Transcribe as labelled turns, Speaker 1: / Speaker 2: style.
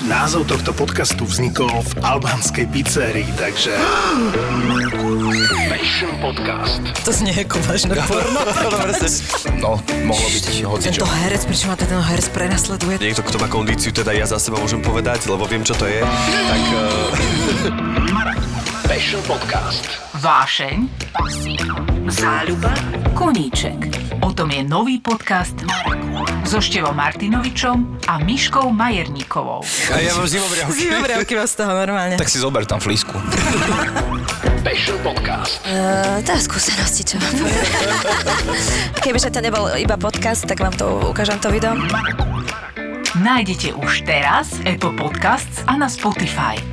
Speaker 1: Názov tohto podcastu vznikol v albánskej pizzerii, takže... Fashion Podcast.
Speaker 2: To znie ako vážne porno.
Speaker 3: No, mohlo byť hocičo.
Speaker 2: Tento herec, prečo ma ten herec prenasleduje?
Speaker 4: niekto, kto má kondíciu, teda ja za seba môžem povedať, lebo viem, čo to je, tak
Speaker 1: Fashion Podcast.
Speaker 5: Vášeň, záľuba, koníček. O tom je nový podcast so Števom Martinovičom a Miškou Majerníkovou.
Speaker 3: A ja mám zimobriavky.
Speaker 2: Zimomriavky vás z toho normálne.
Speaker 3: Tak si zober tam flísku.
Speaker 1: Fashion Podcast.
Speaker 6: Uh, tá skúsenosti, čo mám povedať. Kebyže to nebol iba podcast, tak vám to ukážem to video.
Speaker 5: Nájdete už teraz Apple Podcasts a na Spotify.